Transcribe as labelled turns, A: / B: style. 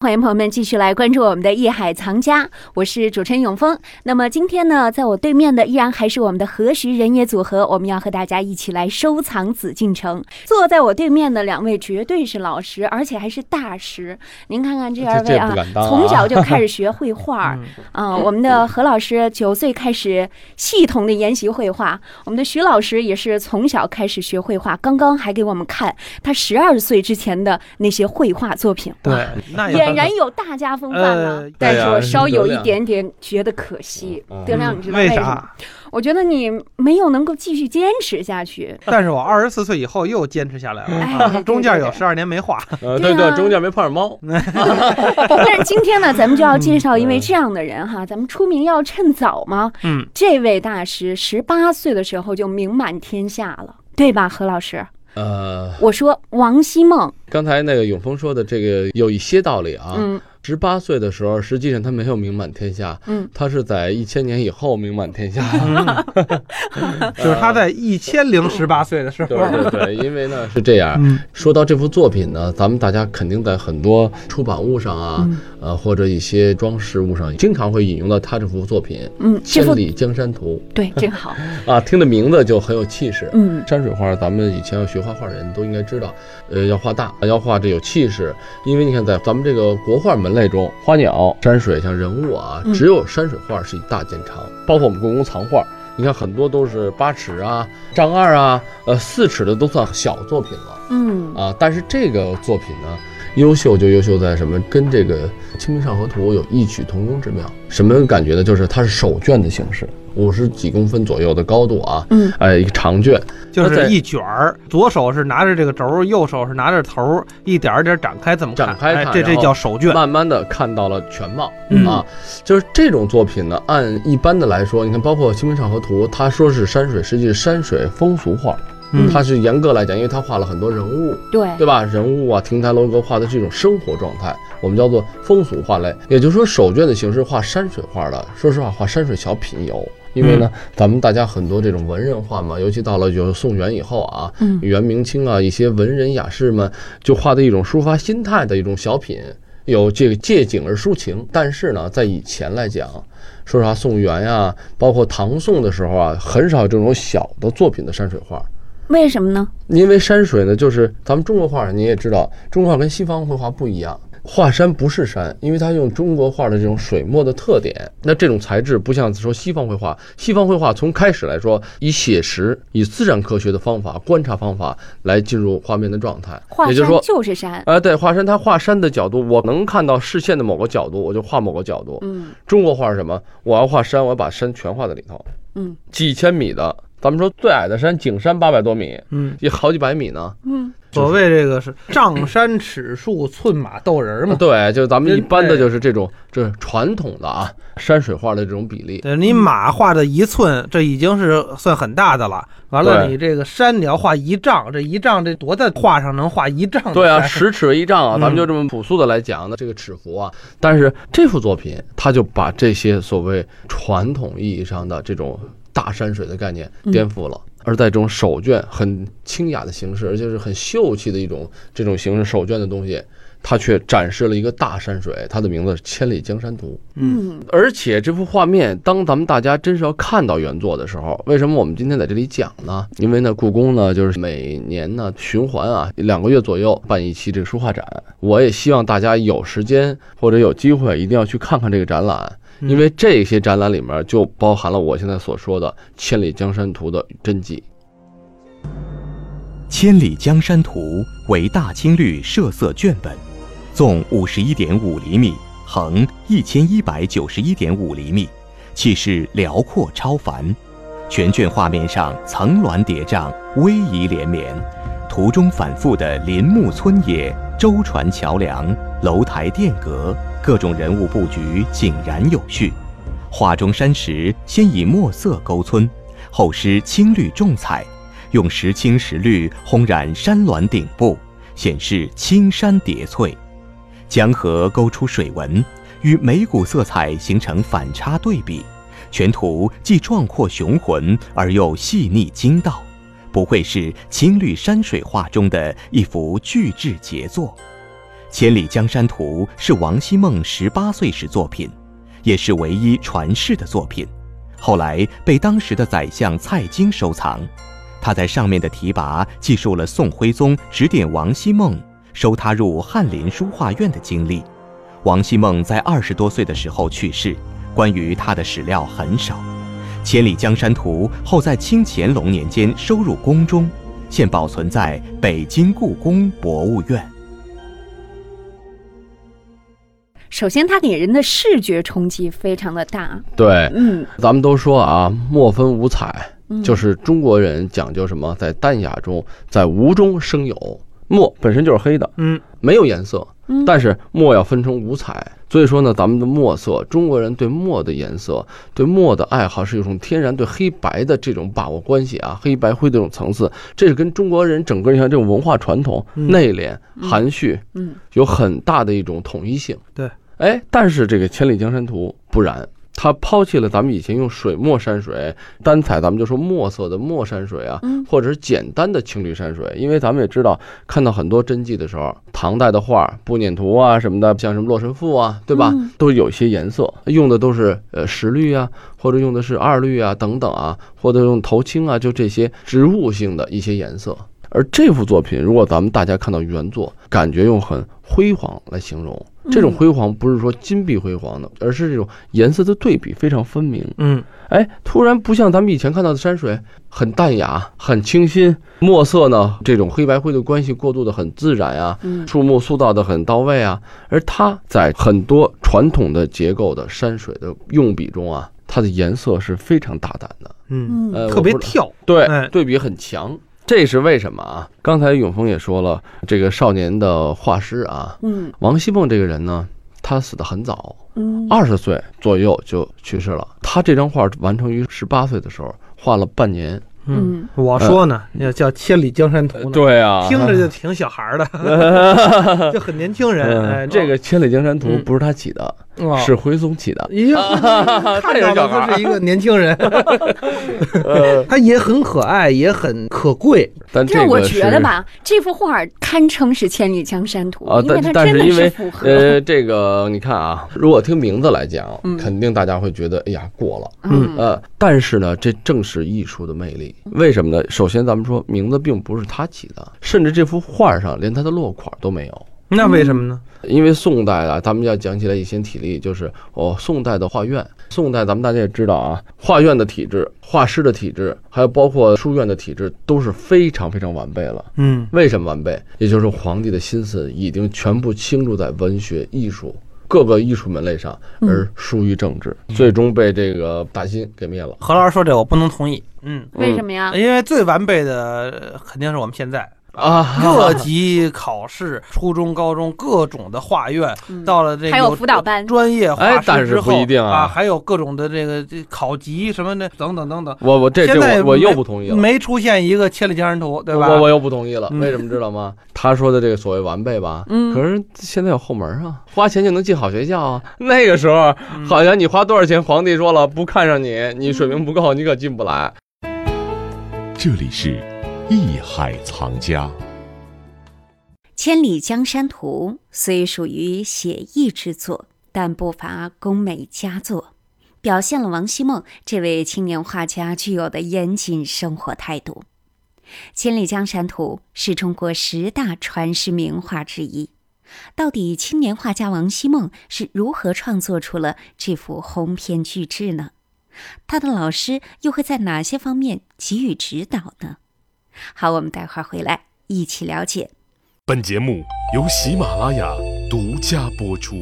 A: 欢迎朋友们继续来关注我们的《艺海藏家》，我是主持人永峰。那么今天呢，在我对面的依然还是我们的何时人也组合，我们要和大家一起来收藏紫禁城。坐在我对面的两位绝对是老师，而且还是大师。您看看这二位啊，
B: 这这不敢当啊
A: 从小就开始学绘画儿
B: 嗯
A: 啊、我们的何老师九岁开始系统的研习绘画，我们的徐老师也是从小开始学绘画，刚刚还给我们看他十二岁之前的那些绘画作品。
C: 对，哎那也
A: 俨然有大家风范了，
C: 呃
A: 但是
B: 对啊
A: 我稍有一点点觉得可惜。
B: 嗯
A: 德亮，你知道
C: 为
A: 什么？
C: 啥？
A: 我觉得你没有能够继续坚持下去。
C: 但是我二十四岁以后又坚持下来了，啊
A: 哎，对
C: 中间有
A: 对
C: 十二年没画。
B: 呃，
A: 对
B: 对
A: 啊嗯
B: 对，中间没碰上猫，
A: 对但是今天呢，咱们就要介绍一位
B: 嗯
A: 这样的人 哈，咱们出名要趁早嘛。
C: 嗯，
A: 这位大师十八岁的时候就名满天下了，对吧，何老师？
B: 呃，
A: 我说王希孟，
B: 刚才那个永峰说的这个有一些道理啊。
A: 嗯
B: 十八岁的时候，实际上他没有名满天下，
A: 嗯，
B: 他是在一千年以后名满 天下。
C: 嗯就是他在一千零十八岁的时候
B: 对，对对，因为呢是这样。
C: 嗯，
B: 说到这幅作品呢，咱们大家肯定在很多出版物上啊，
A: 嗯
B: 呃或者一些装饰物上，经常会引用到他这幅作品《
A: 嗯，这幅
B: 千里江山图
A: 对真好，》
B: 啊，听的名字就很有气势。
A: 嗯
B: 山水画，咱们以前要学画画的人都应该知道，呃，要画大，要画这有气势。因为你看，在咱们这个国画门类中，花鸟、山水像人物啊
A: 嗯，
B: 只有山水画是以大见长，包括我们故宫藏画。你看，很多都是八尺啊、丈二啊、呃四尺的都算小作品了
A: 嗯
B: 啊。但是这个作品呢，优秀就优秀在什么？跟这个《清明上河图》有异曲同工之妙。什么感觉呢？就是它是手卷的形式，五十几公分左右的高度啊，
A: 嗯
B: 哎，一个长卷。
C: 就是一卷儿，左手是拿着这个轴，右手是拿着头儿，一点儿一点儿展开，怎么看
B: 展开
C: 哎
B: 看
C: 这这
B: 然后
C: 叫手卷。
B: 慢慢的看到了全貌、
C: 嗯
B: 啊，就是这种作品呢，按一般的来说，你看，包括《清明上河图》，他说是山水，实际是山水风俗画，
C: 嗯
B: 它是严格来讲，因为他画了很多人物，
A: 对
B: 对吧？人物啊，亭台楼阁画的这种生活状态，我们叫做风俗画类。也就是说，手卷的形式画山水画的，说实话，画山水小品有。因为
A: 嗯
B: 呢，咱们大家很多这种文人画嘛，尤其到了有宋元以后啊，
A: 嗯
B: 元明清啊，一些文人雅士们就画的一种抒发心态的一种小品，有这个借景而抒情。但是呢，在以前来讲，说实话，宋元呀、包括唐宋的时候啊，很少有这种小的作品的山水画。
A: 为什么呢？
B: 因为山水呢，就是咱们中国画，你也知道，中国画跟西方绘画不一样。画山不是山，因为它用中国画的这种水墨的特点，那这种材质不像说西方绘画。西方绘画从开始来说，以写实、以自然科学的方法、观察方法来进入画面的状态，
A: 华
B: 也就是
A: 山
B: 说，
A: 就是山，
B: 啊，对，画山，它画山的角度，我能看到视线的某个角度，我就画某个角度。
A: 嗯
B: 中国画是什么？我要画山，我要把山全画在里头，
A: 嗯
B: 几千米的，咱们说最矮的山景山八百多米，
C: 嗯，
B: 也好几百米呢。
A: 嗯，
C: 所谓这个是丈山尺树，寸马斗嗯人儿嘛。
B: 对，就是咱们一
C: 真
B: 般的
C: 对
B: 就是这种，这是传统的啊山水画的这种比例。
C: 对你马画的一寸，这已经是算很大的了。完了，
B: 对
C: 你这个山你要画一丈，这一丈这多大画上能画一丈的山？
B: 对啊，十尺为一丈啊，
C: 嗯
B: 咱们就这么朴素的来讲的这个尺幅啊。但是这幅作品，它就把这些所谓传统意义上的这种大山水的概念
A: 嗯
B: 颠覆了。而在这种手卷很清雅的形式，而且是很秀气的一种这种形式手卷的东西，它却展示了一个大山水，它的名字是《千里江山图》。
A: 嗯
B: 而且这幅画面，当咱们大家真是要看到原作的时候，为什么我们今天在这里讲呢？因为呢，故宫呢就是每年呢循环啊两个月左右办一期这个书画展，我也希望大家有时间或者有机会一定要去看看这个展览。因为这些展览里面就包含了我现在所说的《千里江山图》的真迹。
D: 《千里江山图》为大青绿设色卷本，纵五十一点五厘米，横一千一百九十一点五厘米，气势辽阔超凡。全卷画面上层峦叠嶂，逶迤连绵，途中反复的林木村野、舟船桥梁、楼台殿阁，各种人物布局井然有序。画中山石先以墨色勾皴，后施青绿重彩，用时青时绿烘染山峦顶部，显示青山叠翠。江河勾出水纹，与眉骨色彩形成反差对比。全图既壮阔雄浑而又细腻精到，不愧是青绿山水画中的一幅巨制杰作。 《千里江山图》是王希孟十八岁时作品，也是唯一传世的作品，后来被当时的宰相蔡京收藏。他在上面的题跋记述了宋徽宗指点王希孟收他入翰林书画院的经历。王希孟在二十多岁的时候去世，关于他的史料很少。《千里江山图》后在清乾隆年间收入宫中，现保存在北京故宫博物院。
A: 首先，它给人的视觉冲击非常的大。
B: 对，
A: 嗯，
B: 咱们都说啊，墨分五彩，
A: 嗯
B: 就是中国人讲究什么，在淡雅中，在无中生有。墨本身就是黑的，
C: 嗯，
B: 没有颜色，
A: 嗯
B: 但是墨要分成五彩，所以说呢，咱们的墨色，中国人对墨的颜色、对墨的爱好是有种天然对黑白的这种把握关系啊，黑白灰的这种层次，这是跟中国人整个你看这种文化传统、
C: 嗯
B: 内敛、含蓄
A: 嗯，
B: 有很大的一种统一性。
C: 对，
B: 哎，但是这个《千里江山图》不然。它抛弃了咱们以前用水墨山水单彩，咱们就说墨色的墨山水啊，
A: 嗯
B: 或者是简单的青绿山水，因为咱们也知道，看到很多真迹的时候，唐代的画、步辇图啊什么的，像什么《洛神赋》啊，对吧？
A: 嗯
B: 都有一些颜色，用的都是呃石绿啊，或者用的是二绿啊等等啊，或者用头青啊，就这些植物性的一些颜色。而这幅作品，如果咱们大家看到原作，感觉用很辉煌来形容，这种
A: 嗯
B: 辉煌不是说金碧辉煌的，而是这种颜色的对比非常分明。
C: 嗯，
B: 哎，突然不像咱们以前看到的山水，很淡雅、很清新，墨色呢，这种黑白灰的关系过渡的很自然啊，
A: 嗯
B: 树木塑造的很到位啊。而它在很多传统的结构的山水的用笔中啊，它的颜色是非常大胆的，
A: 嗯
C: 嗯，
B: 呃，
C: 特别
B: 我不知道
C: 跳，哎
B: 对，对比很强。这是为什么啊？刚才永峰也说了，这个少年的画师啊，
A: 嗯
B: 王希孟这个人呢，他死得很早，
A: 嗯
B: 二十岁左右就去世了。他这张画完成于十八岁的时候，画了半年。
C: 嗯，
A: 嗯
C: 我说呢，要叫《千里江山图》呢，
B: 对啊
C: 听着就挺小孩儿的， 就很年轻人。哎，
B: 嗯这个《千里江山图
C: 嗯》
B: 不是他起的，
C: 哦
B: 是徽宗起的。
C: 咦，
B: 这
C: 看
B: 是小
C: 到的
B: 孩儿呃
C: 他是一个年 轻人， 他也很可爱，也很可贵。
B: 但
A: 这我
B: 个
A: 觉
B: 是
A: 得。吧，这幅画儿堪称是《千里江山图》
B: 啊，
A: 因为
B: 但
A: 它
B: 但
A: 真的
B: 因为
A: 符合。
B: 呃，这个你看啊，如果听名字来讲，
A: 嗯
B: 肯定大家会觉得，哎呀，过了。
A: 嗯
B: 呃，但是呢，这正是艺术的魅力。为什么呢？首先，咱们说名字并不是他起的，甚至这幅画上连他的落款都没有。
C: 那为什么呢？
B: 因为宋代啊，咱们要讲起来一些体例，就是哦，宋代的画院，宋代咱们大家也知道啊，画院的体制、画师的体制，还有包括书院的体制，都是非常非常完备了。
C: 嗯
B: 为什么完备？也就是皇帝的心思已经全部倾注在文学、艺术各个艺术门类上，
A: 嗯
B: 而疏于政治，最终被这个大清给灭了。
E: 何老师说这我不能同意，嗯，
A: 为什么呀？
B: 哎
E: 因为最完备的呃肯定是我们现在
B: 啊？
E: 各级考试，初中、高中各种的画院，
A: 嗯
E: 到了这个
A: 还有辅导班
E: 专业
B: 哎
E: 画
B: 但
E: 室
B: 是
E: 之
B: 不
E: 后
B: 一定啊
E: 啊，还有各种的这个这考级什么的等等等等，
B: 我我这这
E: 现在
B: 我我又
E: 没
B: 不同意了。
E: 没出现一个千里江山图，对吧？
B: 我我又不同意了，
E: 嗯
B: 为什么知道吗？他说的这个所谓完备吧，
A: 嗯
B: 可是现在有后门啊，花钱就能进好学校啊。那个时候
E: 嗯
B: 好像你花多少钱，皇帝说了不看上你，你水平不够，你可进不来。
F: 这里是艺海藏家。
G: 《千里江山图》虽属于写意之作，但不乏工美佳作，表现了王希孟这位青年画家具有的严谨生活态度。《千里江山图》是中国十大传世名画之一。到底青年画家王希孟是如何创作出了这幅鸿篇巨制呢？他的老师又会在哪些方面给予指导呢？好，我们待会儿回来一起了解。
F: 本节目由喜马拉雅独家播出。